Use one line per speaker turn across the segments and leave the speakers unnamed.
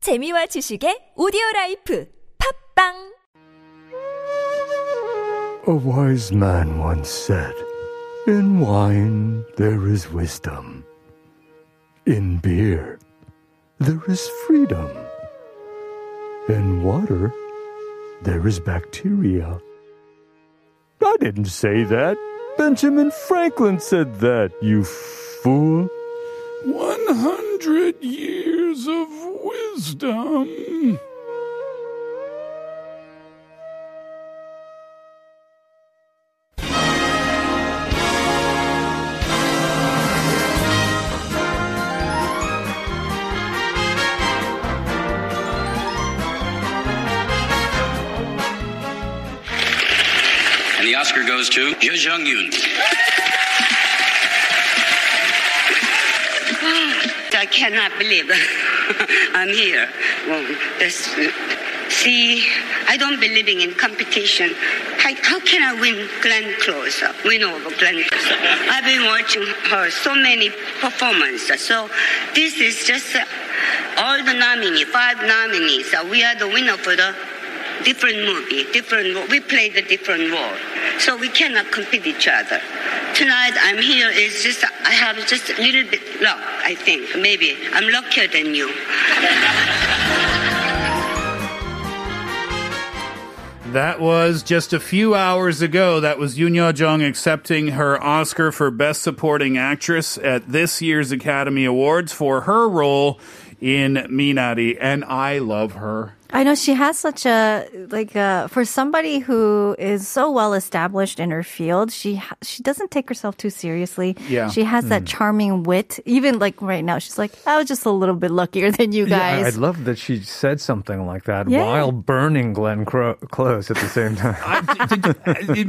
재미와 지식의 오디오 라이프 팝빵
A wise man once said, In wine there is wisdom. In beer there is freedom. In water there is bacteria. I didn't say that. Benjamin Franklin said that, you fool.
100 years of wisdom.
And the Oscar goes to Zhe Zheng Yun.
I cannot believe I'm here. Well, this, see, I don't believe in competition. How, how can I win Glenn Close? uh, Win over Glenn Close? I've been watching her so many performances. So this is just uh, all the nominees, five nominees. Uh, we are the winner for the different movie, different. ro- We play the different role. So we cannot compete each other. Tonight I'm here. It's just I have just a little bit luck. I think maybe I'm luckier than you.
That was just a few hours ago. That was Yoon Jung accepting her Oscar for Best Supporting Actress at this year's Academy Awards for her role in Minari, and I love her.
I know she has such a like uh, for somebody who is so well established in her field, she ha- she doesn't take herself too seriously.
Yeah. Hmm.
she has that charming wit. Even like right now, she's like, I was just a little bit luckier than you guys.
I, I love that she said something like that
Yeah.
while burning Glenn Cro- close at the same time.
it,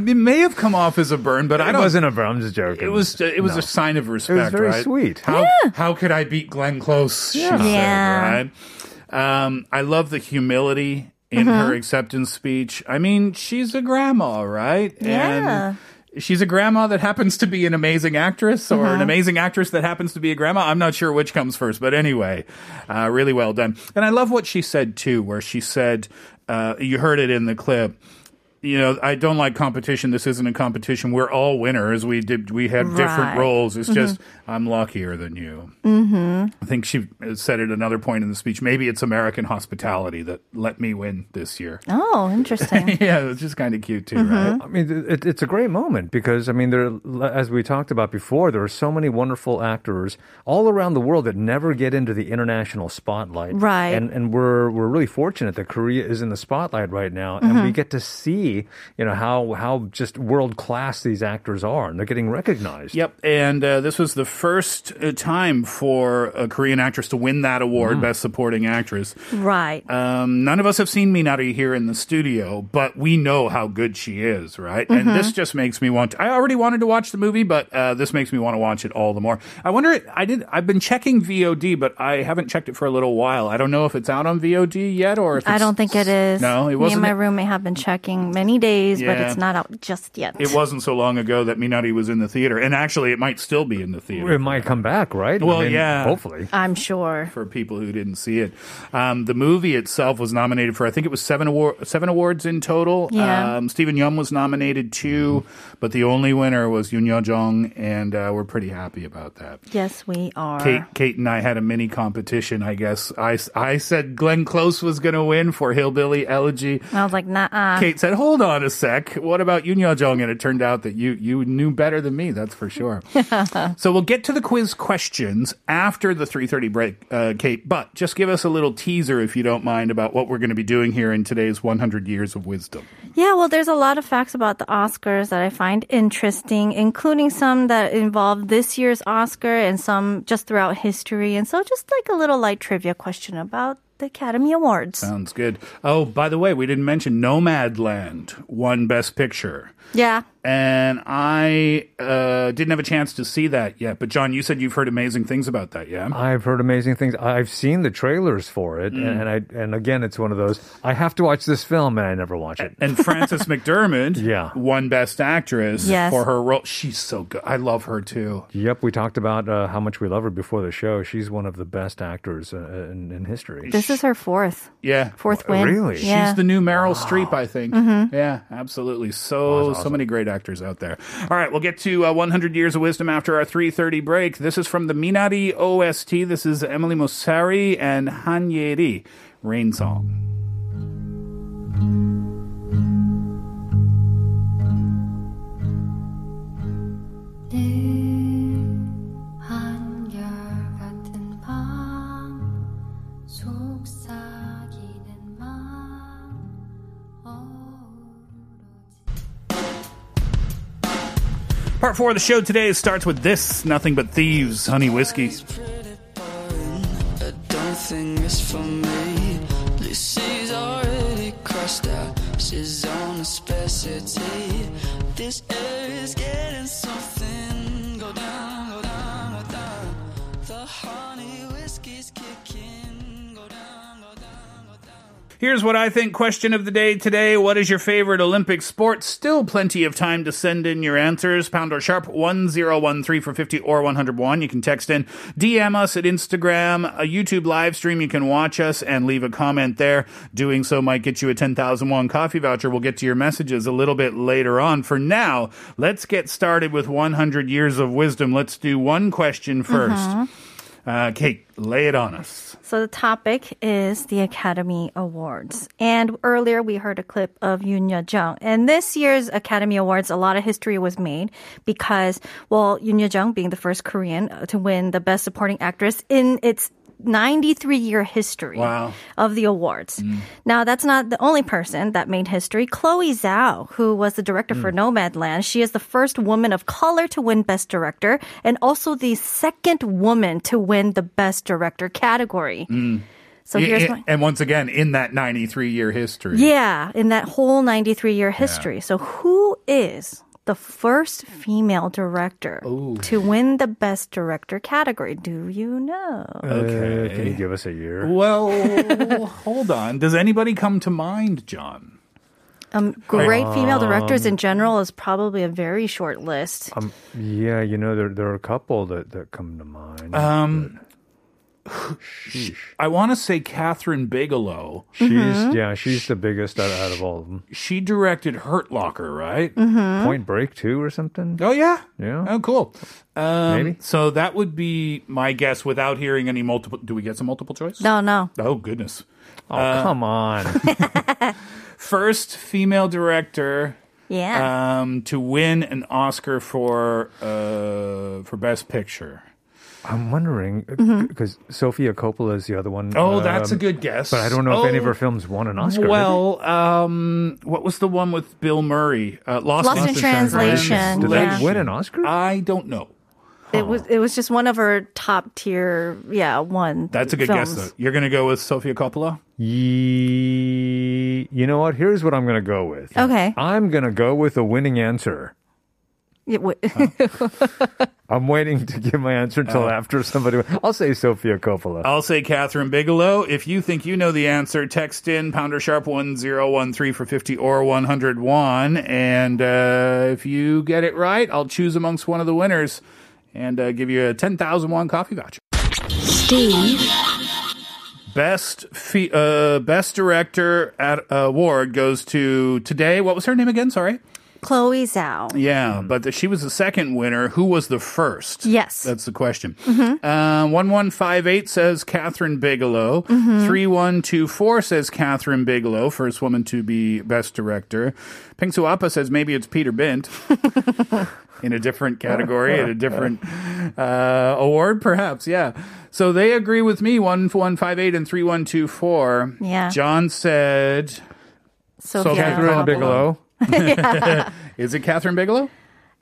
it may have come off as a burn, but I
it
don't.
wasn't a burn. I'm just joking.
It was it was
No.
a sign of respect.
very
right?
sweet.
How how could I beat Glenn Close? She said,
Yeah.
right. Um, I love the humility in her
Uh-huh.
acceptance speech. I mean, she's a grandma, right?
Yeah.
And she's a grandma that happens to be an amazing actress, or
Uh-huh.
an amazing actress that happens to be a grandma. I'm not sure which comes first, but anyway, uh, really well done. And I love what she said too, where she said, uh, "You heard it in the clip." you know, I don't like competition. This isn't a competition. We're all winners. We did. We have different
Right.
roles. It's just I'm luckier than you. Mm-hmm. I think she said at another point in the speech. Maybe it's American hospitality that let me win this year.
oh, interesting.
Yeah, it's just kind of cute too, right?
I mean, it, it's a great moment because I mean, there, as we talked about before, there are so many wonderful actors all around the world that never get into the international spotlight.
Right.
And and we're we're really fortunate that Korea is in the spotlight right now, and we
Mm-hmm.
get to see you know how how just world class these actors are, and they're getting recognized.
Yep, and uh, this was the first uh, time for a Korean actress to win that award, Best Supporting Actress.
right.
Um, none of us have seen Minari here in the studio, but we know how good she is, right?
Mm-hmm.
And this just makes me want. To, I already wanted to watch the movie, but uh, this makes me want to watch it all the more. I wonder. I did. I've been checking VOD, but I haven't checked it for a little while. I don't know if it's out on VOD yet, or if it's,
I don't think it is.
No, it
Me and
wasn't.
my roommate have been checking many days, but
Yeah.
it's not out just yet.
It wasn't so long ago that Minari was in the theater, and actually, it might still be in the theater.
It might come back, right? I
Well,
mean,
yeah.
Hopefully.
I'm sure.
for people who didn't see it. Um, the movie itself was nominated for I think it was seven award seven awards in total.
Yeah.
Um, Stephen Yum was nominated too, but the only winner was Yoon Yo Jong, and uh, we're pretty happy about that.
Yes, we are.
Kate, Kate and I had a mini competition, I guess. I, I said Glenn Close was going to win for Hillbilly Elegy.
I was like, nah.
Kate said, "Hold on a sec. What about Yoon Yo Jong?" And it turned out that you you knew better than me. That's for sure. so we'll get to the quiz questions after the three thirty break, uh, Kate. But just give us a little teaser, if you don't mind, about what we're going to be doing here in today's one hundred years of wisdom.
Yeah, well, there's a lot of facts about the Oscars that I find interesting, including some that involve this year's Oscar and some just throughout history. And so, just like a little light trivia question about the Academy Awards.
Sounds good. Oh, by the way, we didn't mention Nomadland won Best Picture.
yeah.
and I uh, didn't have a chance to see that yet. But John, you said you've heard amazing things about that, yeah?
I've heard amazing things. I've seen the trailers for it, and, and I and again, it's one of those I have to watch this film, and I never watch it.
and Frances McDermott
Yeah.
won Best Actress
Yes.
for her role. She's so good. I love her too.
Yep, we talked about uh, how much we love her before the show. She's one of the best actors uh, in, in history.
This is her fourth,
Yeah.
fourth win.
really? She's
Yeah.
She's
Mm-hmm.
the new Meryl Streep, I think. Yeah, absolutely. So so many great actors out there. All right, we'll get to uh, 100 Years of Wisdom after our 3:30 break. This is from the Minari OST. This is Emily Mosari and Han Yeri, Rain Song.
한결같은 밤 속삭이는 맘 어우러진
Part 4 of the show today starts with this, Nothing But Thieves, Honey Whiskey.
I don't think it's for me. Lucy's already crossed out. She's on a specialty. This air is getting something. Go down, go down, go down. The honey whiskey's kicking. Go down, go down, go down.
Here's what I think question of the day today. What is your favorite Olympic sport? Still plenty of time to send in your answers. Pound or sharp 1013 for 50 or 101. You can text in, DM us at Instagram, a YouTube live stream. You can watch us and leave a comment there. Doing so might get you a 10,000 won coffee voucher. We'll get to your messages a little bit later on. For now, let's get started with 100 years of wisdom. Let's do one question first. Uh, Kate, lay it on us.
So the topic is the Academy Awards. And earlier we heard a clip of Yunya Jung. And this year's Academy Awards, a lot of history was made because, well, Yunya Jung being the first Korean to win the Best Supporting Actress in its 93 year history
Wow.
of the awards.
Mm-hmm.
Now, that's not the only person that made history. Chloe Zhao, who was the director for
Mm.
Nomadland, she is the first woman of color to win Best Director and also the second woman to win the Best Director category. So
Mm. Yeah,
here's
yeah,
my.
and once again, in that 93 year history.
Yeah, in that whole 93 year history. So who is the first female director
Oh.
to win the Best Director category? Do you know?
Okay, Uh, can you give us a year?
Well, hold on. Does anybody come to mind, John?
Um, great female directors
Um,
in general is probably a very short list.
Um, yeah, you know there there are a couple that, that come to mind.
Um, I want to say Catherine Bigelow.
she's
mm-hmm.
yeah, she's the biggest out, out of all of them.
She directed Hurt Locker, right?
Mm-hmm.
Point Break two or something.
Oh yeah,
Yeah.
Oh, cool. Um,
Maybe.
So that would be my guess without hearing any multiple. Do we get some multiple choice?
No, no.
Oh goodness.
Oh come on!
First female director
Yeah.
um, to win an Oscar for uh, for Best Picture.
I'm wondering because Sophia Coppola is the other one.
Mm-hmm. Oh, that's a
um,
good guess.
But I don't know if any of
Oh.
her films won an Oscar. did
Well, um, what was the one with Bill Murray? Uh, Lost,
Lost
they?
in Translation,
Did
yeah.
they win an Oscar?
I don't know.
it was it was just one of her top tier, yeah, one.
That's a good
films.
guess, though. You're going to go with Sofia Coppola?
Ye- you know what? Here's what I'm going to go with.
Okay.
I'm going to go with a winning answer.
It wa-
I'm waiting to give my answer until
Uh.
after somebody. I'll say Sophia Coppola.
I'll say Catherine Bigelow. If you think you know the answer, text in pounder sharp 1013 for 50 or 101. And uh, if you get it right, I'll choose amongst one of the winners and uh, give you a 10,000 won coffee voucher. Best fe- uh, best director at uh, award goes to today. What was her name again? Sorry.
Chloe Zhao.
Yeah, but the, she was the second winner. Who was the first?
Yes.
That's the question. Uh, 1158 says Catherine Bigelow. 3124 says Catherine Bigelow, first woman to be best director. Ping Suapa says maybe it's Peter Bint in a different category, in a different uh, award, perhaps. Yeah. So they agree with me, 1158 and 3124.
Yeah.
John said,
Sophia
Catherine
Coppola.
Bigelow.
is it Catherine Bigelow?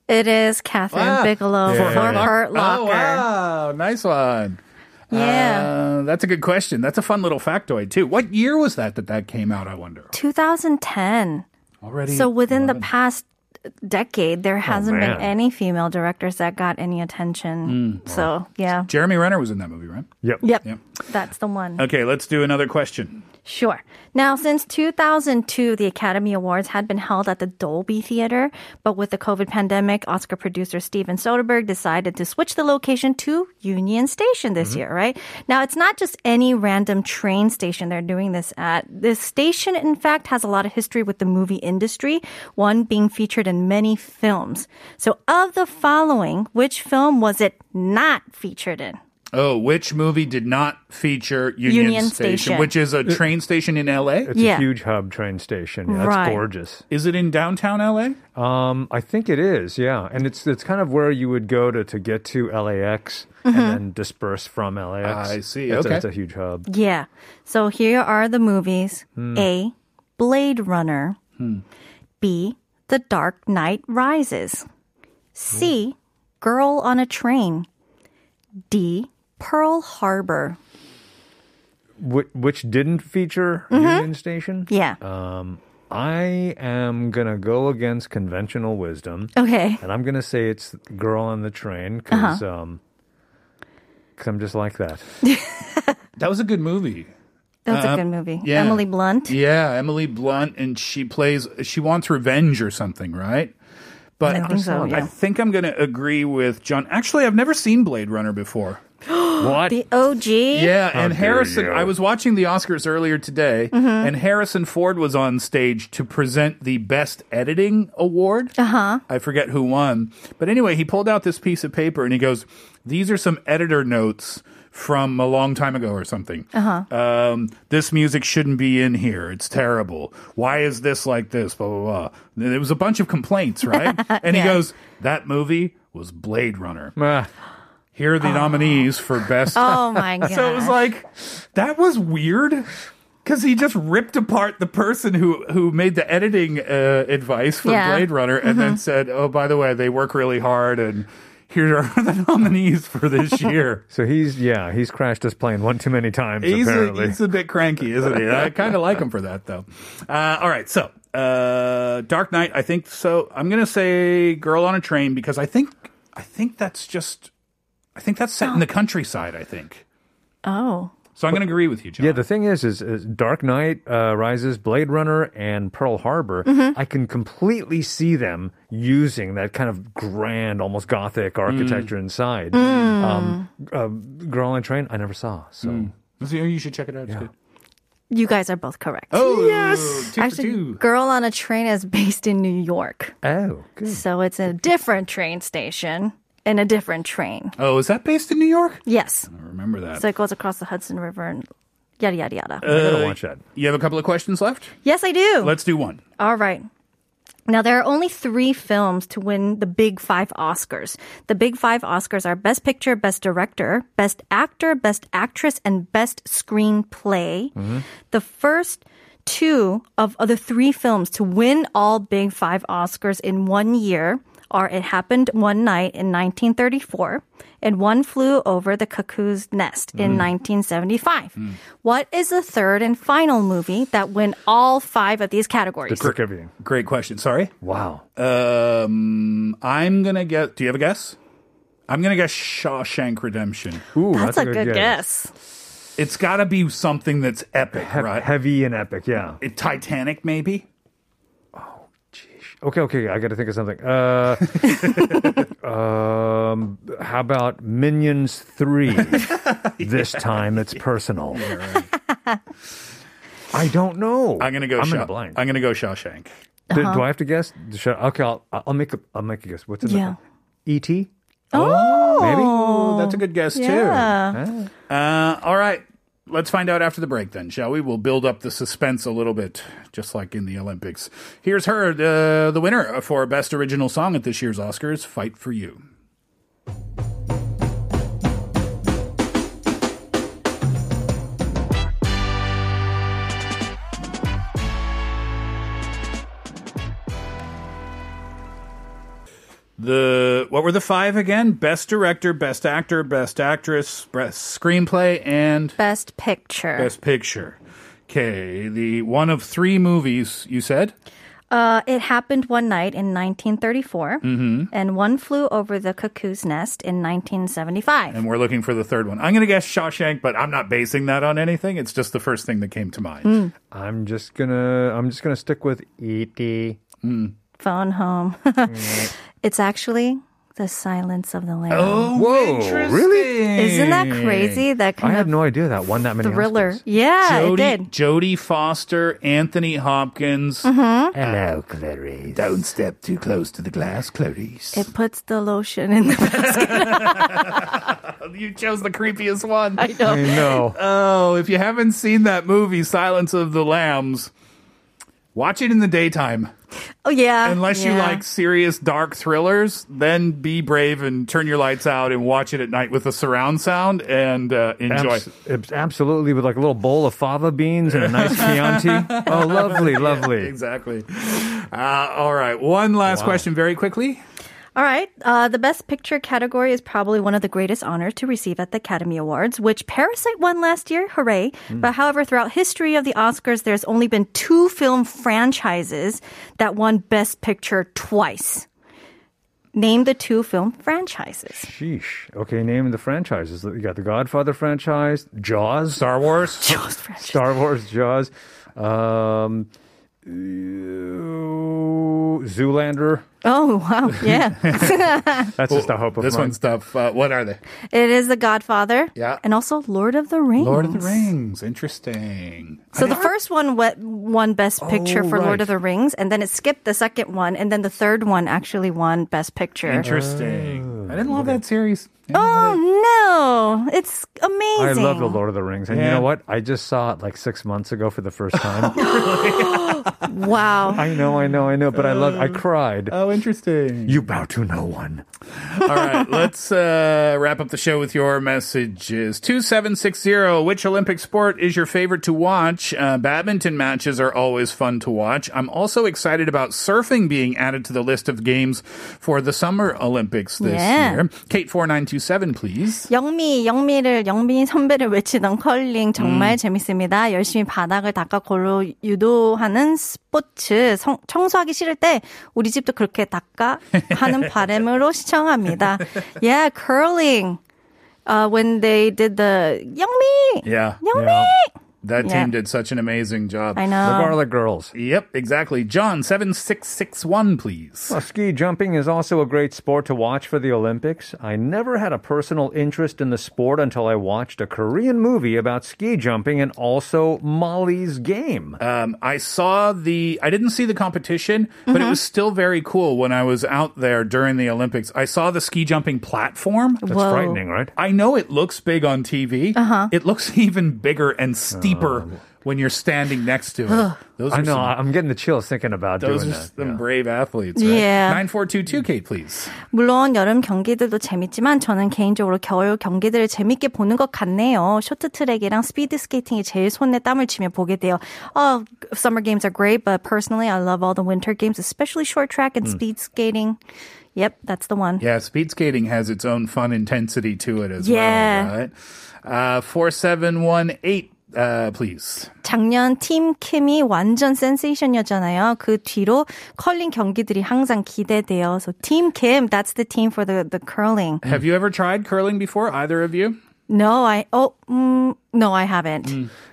It is Catherine
Ah.
Bigelow
Yeah.
for Hurt Locker.
Oh, wow. Nice one.
Yeah.
Uh, that's a good question. That's a fun little factoid, too. What year was that that that came out, I wonder?
2010.
Already?
So within the past decade,
Oh,
there hasn't been
man.
any female directors that got any attention. so, yeah.
Jeremy Renner was in that movie, right?
Yep.
Yep.
Hmm. Yep.
That's the one.
Okay, let's do another question.
Sure. Now, since 2002, the Academy Awards had been held at the Dolby Theater, but with the COVID pandemic, Oscar producer Steven Soderbergh decided to switch the location to Union Station this year, right? Now, it's not just any random train station they're doing this at. This station, in fact, has a lot of history with the movie industry, one being featured in many films. So, of the following, which film was it not featured in?
Oh, which movie did not feature Union,
Union
station,
Station.
which is a train station in LA?
It's
Yeah.
a huge hub train station. Yeah,
Right.
It's gorgeous.
Is it in downtown LA?
Um, I think it is. Yeah, and it's it's kind of where you would go to to get to LAX and
Mm-hmm.
then disperse from LAX.
I see,
It's,
okay.
a, it's a huge hub.
Yeah. So here are the movies
Hmm.
A. Blade Runner. B. The Dark Knight Rises. C. Girl on a Train. D. Pearl Harbor.
Which, which didn't feature Union Station.
Mm-hmm. Yeah.
Uh,
I am gonna go against conventional wisdom,
okay.
and I'm gonna say it's Girl on the Train
Uh-huh.
because um, 'cause I'm just like that.
That was a good movie.
That was a good movie.
uh, yeah.
Emily Blunt.
Yeah, Emily Blunt, and she plays, she wants revenge or something, right? But
I think so,
I
yeah.
think I'm going to agree with John. Actually, I've never seen Blade Runner before.
what?
The OG.
Yeah, and Harrison.
you.
I was watching the Oscars earlier today, and Harrison Ford was on stage to present the Best Editing Award. Uh huh. I forget who won, but anyway, he pulled out this piece of paper and he goes, "These are some editor notes." From a long time ago or something. Uh-huh. Um, this music shouldn't be in here. It's terrible. Why is this like this? Blah, blah, blah. It was a bunch of complaints, right? and he goes, That movie was Blade Runner.
Ah,
Here are the nominees for Best
Oh my god.
so it was like that was weird because he just ripped apart the person who who made the editing uh, advice for
Yeah.
Blade Runner and then said, "Oh, by the way, they work really hard and." Here are the nominees for this year.
so he's yeah he's crashed his plane one too many times.
he's, a,
apparently,
he's a bit cranky, isn't he? I kind of like him for that, though. Uh, all right, so uh, Dark Knight. I think so. I'm gonna say Girl on a Train because I think I think that's just I think that's set in the countryside. I think
oh.
so. I'm gonna agree with you, John.
Yeah, the thing is, is, is Dark Knight uh, Rises, Blade Runner, and Pearl Harbor.
Mm-hmm.
I can completely see them using that kind of grand, almost gothic architecture
Mm.
inside.
Mm.
Um, uh, Girl on a Train, I never saw. So
So you should check it out. It's good.
You guys are both correct.
Oh yes, two
Actually,
for two.
Girl on a Train is based in New York.
oh, good.
So it's a different train station and a different train.
Oh, is that based in New York?
Yes.
I remember that.
So it goes across the Hudson River and yada, yada, yada.
I gotta watch that.
you have a couple of questions left.
yes, I do.
Uh, Let's do one.
All right. Now, there are only three films to win the Big Five Oscars. The Big Five Oscars are Best Picture, Best Director, Best Actor, Best Actress, and Best Screenplay. The first two of of the three films to win all Big Five Oscars in one year are It Happened One Night in 1934 and One Flew Over the Cuckoo's Nest in 1975. What is the third and final movie that win all five of these
The
categories?
trick of you.
Great Uh, question. Sorry.
Wow.
Um, I'm gonna get. Do you have a guess? I'm gonna guess Shawshank Redemption.
Ooh,
That's, a good guess.
It's got to be something that's epic,
He-
right?
Heavy and epic, yeah.
It- Titanic, maybe.
Okay, okay, I gotta think of something. Uh, um, how about Minions 3? This time it's personal. I don't know.
I'm gonna go.
I'm in
Shaw-
a blank.
I'm gonna go Shawshank.
Do,
Uh-huh.
do I have to guess? Should- Okay, I'll, I'll make a I'll make a guess. What's in
Yeah.
the E E.T.
Oh,
Oh, that's a good guess
yeah.
too. Uh, all right. Let's find out after the break, then, shall we? We'll build up the suspense a little bit, just like in the Olympics. Here's her, uh, the winner for Best Original Song at this year's Oscars Fight for You. The what were the five again? Best director, best actor, best actress, best screenplay, and
Best Picture.
best picture. Okay, the one of three movies you said.
Uh, it happened one night in 1934, and one flew over the cuckoo's nest in 1975.
And we're looking for the third one. I'm going to guess Shawshank, but I'm not basing that on anything. It's just the first thing that came to mind.
I'm just gonna I'm just gonna stick with E E.T.
Phone home. it's actually the silence of the lambs.
Oh,
Whoa, really?
Isn't that crazy? That
I
kind
had
of
no idea that won that many
thriller.
Oscars.
Yeah,
Jodie,
it did. Mm-hmm.
Jodie Foster, Anthony Hopkins.
Hello, Clarice.
Don't step too close to the glass, Clarice.
It puts the lotion in the.
you chose the creepiest one.
I know.
I know.
Oh, if you haven't seen that movie, Silence of the Lambs, watch it in the daytime.
Oh yeah.
Unless you
yeah.
like serious dark thrillers, then be brave and turn your lights out and watch it at night with a surround sound and uh, enjoy.
Abs- abs- absolutely, with like a little bowl of fava beans and a nice Chianti. oh, lovely, lovely.
Exactly. Uh, all right. One last question very quickly.
All right. Uh, the Best Picture category is probably one of the greatest honors to receive at the Academy Awards, which Parasite won last year. Hooray!
Hmm.
But however, throughout history of the Oscars, there's only been two film franchises that won Best Picture twice. Name the two film franchises.
Sheesh. Okay, name the franchises. You got the Godfather franchise, Jaws, Star Wars, Jaws
franchise.
Star Wars, Jaws, um, uh, Zoolander. Oh,
Oh wow! Yeah,
That's just a hope of
This
mine.
one's tough. Uh, what are they?
it is The Godfather.
Yeah.
and also Lord of the Rings.
Lord of the Rings. Interesting.
So the first one wa- won Best Picture
Oh,
for Lord
right.
of the Rings, and then it skipped the second one, and then the third one actually won Best Picture.
Interesting. I didn't love that series. Ah!
Oh no, it's
I
amazing.
love the Lord of the Rings, and you
Yeah.
know what? I just saw it like six months ago for the first time.
Wow.
I know, I know, I know, but I love. I cried.
Oh, interesting.
You bow to no one.
All right, let's uh, wrap up the show with your messages. 2760, which Olympic sport is your favorite to watch? Uh, badminton matches are always fun to watch. I'm also excited about surfing being added to the list of games for the Summer Olympics this
Yeah.
year. Kate 4927, please.
영미, 영미를, 영미 선배를 외치던 컬링
음.
정말 재밌습니다. 열심히 바닥을 닦아골로 유도하는 스포츠. 성- 청소하기 싫을 때 우리 집도 그렇게 닦아하는 바람으로 시청합니다. Yeah, curling. Uh, when they did the 영미,
Yeah.
영미.
That
Yeah.
team did such an amazing job.
I
The
know.
Garlic Girls.
Yep, exactly. John 7661, please.
Well, ski jumping is also a great sport to watch for the Olympics. I never had a personal interest in the sport until I watched a Korean movie about ski jumping and also Molly's game.
Um, I saw the, I didn't see the competition, but it
Uh-huh.
was still very cool when I was out there during the Olympics. I saw the ski jumping platform.
That's
Whoa.
frightening, right?
I know it looks big on TV. Uh-huh. It looks even bigger and steeper when you're standing next to it. Those
Um, I
are
know.
some-
I'm getting the chills thinking about
those
doing
are
that.
some
yeah.
brave athletes, right?
Yeah.
9422, Kate, please.
물론 여름 경기들도 재밌지만 저는 개인적으로 겨울 경기들을 재밌게 보는 것 같네요. 쇼트트랙이랑 스피드 스케이팅이 제일 손에 땀을 쥐며 보게 돼요. Oh, summer games are great, but personally I love all the winter games, especially short track
음.
and speed skating. Yep, that's the one.
Yeah, speed skating has its own fun intensity to it as
Yeah.
well, right? Uh, 4718, uh, please.
작년 팀 킴이 완전 센세이션이었잖아요. 그 뒤로 컬링 경기들이 항상 기대돼요. So 팀 킴, that's the team for the the curling.
Hmm.
Have you ever tried curling before, either of you?
No, I oh, mm, no, I haven't.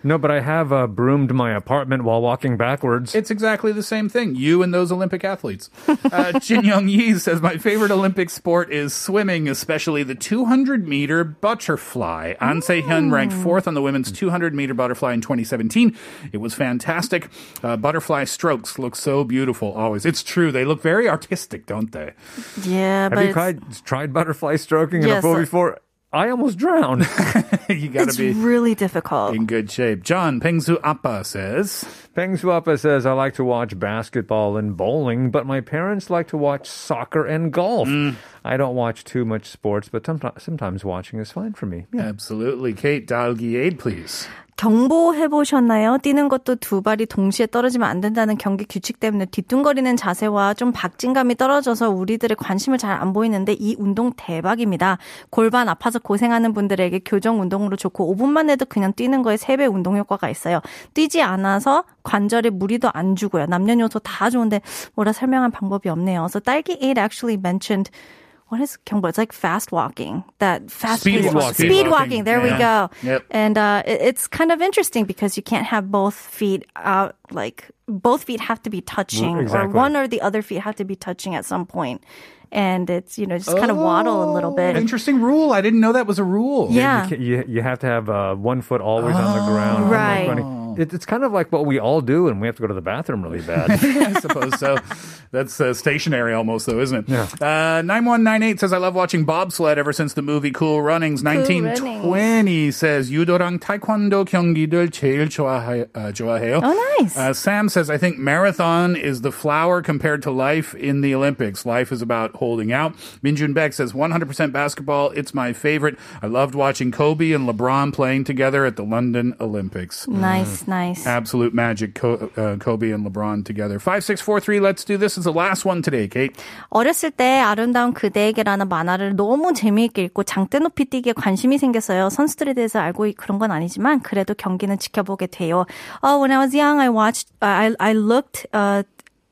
No, but I have uh, broomed my apartment while walking backwards.
It's exactly the same thing. You and those Olympic athletes. Uh, Jin Young Yi says, My favorite Olympic sport is swimming, especially the 200 meter butterfly. An Se Hyun ranked fourth on the women's 200 meter butterfly in 2017. It was fantastic. Uh, butterfly strokes look so beautiful always. It's true. They look very artistic, don't they?
Yeah,
have
but
you
it's-
tried, tried butterfly stroking in
Yes,
a pool
I-
before? I almost drowned.
you got
it's
to be
really difficult.
in good shape. John Pengzu Appa says,
Peng Suapa says, I like to watch basketball and bowling, but my parents like to watch soccer and golf. I don't watch too much sports, but sometimes, sometimes watching is fine for me. Yeah.
Absolutely. Kate Dalgiade, please.
경보해 보셨나요? 뛰는 것도 두 발이 동시에 떨어지면 안 된다는 경기 규칙 때문에 뒤뚱거리는 자세와 좀 박진감이 떨어져서 우리들의 관심을 잘 안 보이는데 이 운동 대박입니다. 골반 아파서 고생하는 분들에게 교정 운동 운동으로 좋고 5분만 해도 그냥 뛰는 거에 3배 운동 효과가 있어요. 뛰지 않아서 관절에 무리도 안 주고요. 남녀노소 다 좋은데 뭐라 설명한 방법이 없네요. So 딸기 8 actually mentioned What is Kyungbo? It's like fast walking. That fast
Speed
paced-
walking.
Speed walking. There we
Yeah.
go.
Yep.
And uh, it- it's kind of interesting because you can't have both feet out. Like both feet have to be touching,
exactly.
or one or the other feet have to be touching at some point. And it's you know just kind of waddle a little bit.
Interesting rule. I didn't know that was a rule.
Yeah. Oh,
You, you, you have to have uh, one foot always on the ground. It's
Right.
funny. It, it's kind of like what we all do, and we have to go to the bathroom really bad.
I suppose so. That's uh, stationary almost, though, isn't it? Yeah. Uh, 9198 says, I love watching bobsled ever since the movie Cool Runnings. 1920 says, 유도랑 타이콘도 경기들 제일 좋아해, uh, 좋아해요.
Oh, nice.
Uh, Sam says, I think marathon is the flower compared to life in the Olympics. Life is about holding out. Minjun Beck says, 100% basketball. It's my favorite. I loved watching Kobe and LeBron playing together at the London Olympics.
Nice, nice.
Absolute magic, Co- uh, Kobe and LeBron together. 5643, let's do this. It's the last one today, Kate.
어렸을 때 아름다운 그대에게라는 만화를 너무 재미있게 읽고 장대 높이 뛰기에 관심이 생겼어요. 선수들에 대해서 알고 이- 그런 건 아니지만 그래도 경기는 지켜보게 돼요. Oh, when I was young, I watched, I, I looked, uh,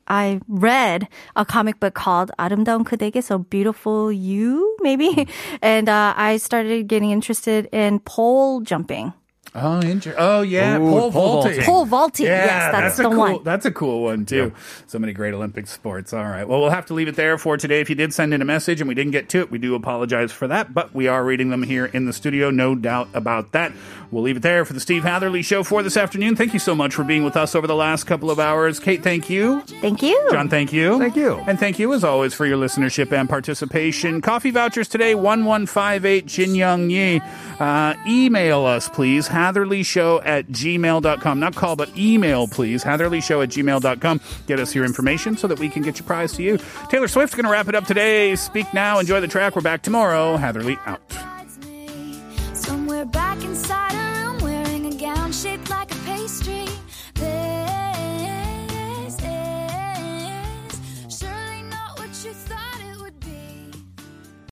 I read a comic book called 아름다운 그대에게 So Beautiful You, maybe? And uh, I started getting interested in pole jumping.
Oh, inter- oh
Ooh,
yeah, pole,
pole
vaulting.
vaulting.
Pole vaulting. yes, that's,
a
the
cool,
one.
That's a cool one too. So many great Olympic sports. All right. Well, we'll have to leave it there for today. If you did send in a message and we didn't get to it, we do apologize for that. But we are reading them here in the studio, no doubt about that. We'll leave it there for the Steve Hatherley show for this afternoon. Thank you so much for being with us over the last couple of hours, Kate. Thank you.
Thank you.
John, thank you.
Thank you.
And thank you, as always, for your listenership and participation. Coffee vouchers today, 1158 Jin Young Yi. Uh, email us, please, hatherleyshow at gmail.com. Not call, but email, please, hatherleyshow at gmail.com. Get us your information so that we can get your prize to you. Taylor Swift's going to wrap it up today. Speak now, enjoy the track. We're back tomorrow. Hatherley out.
Somewhere back inside.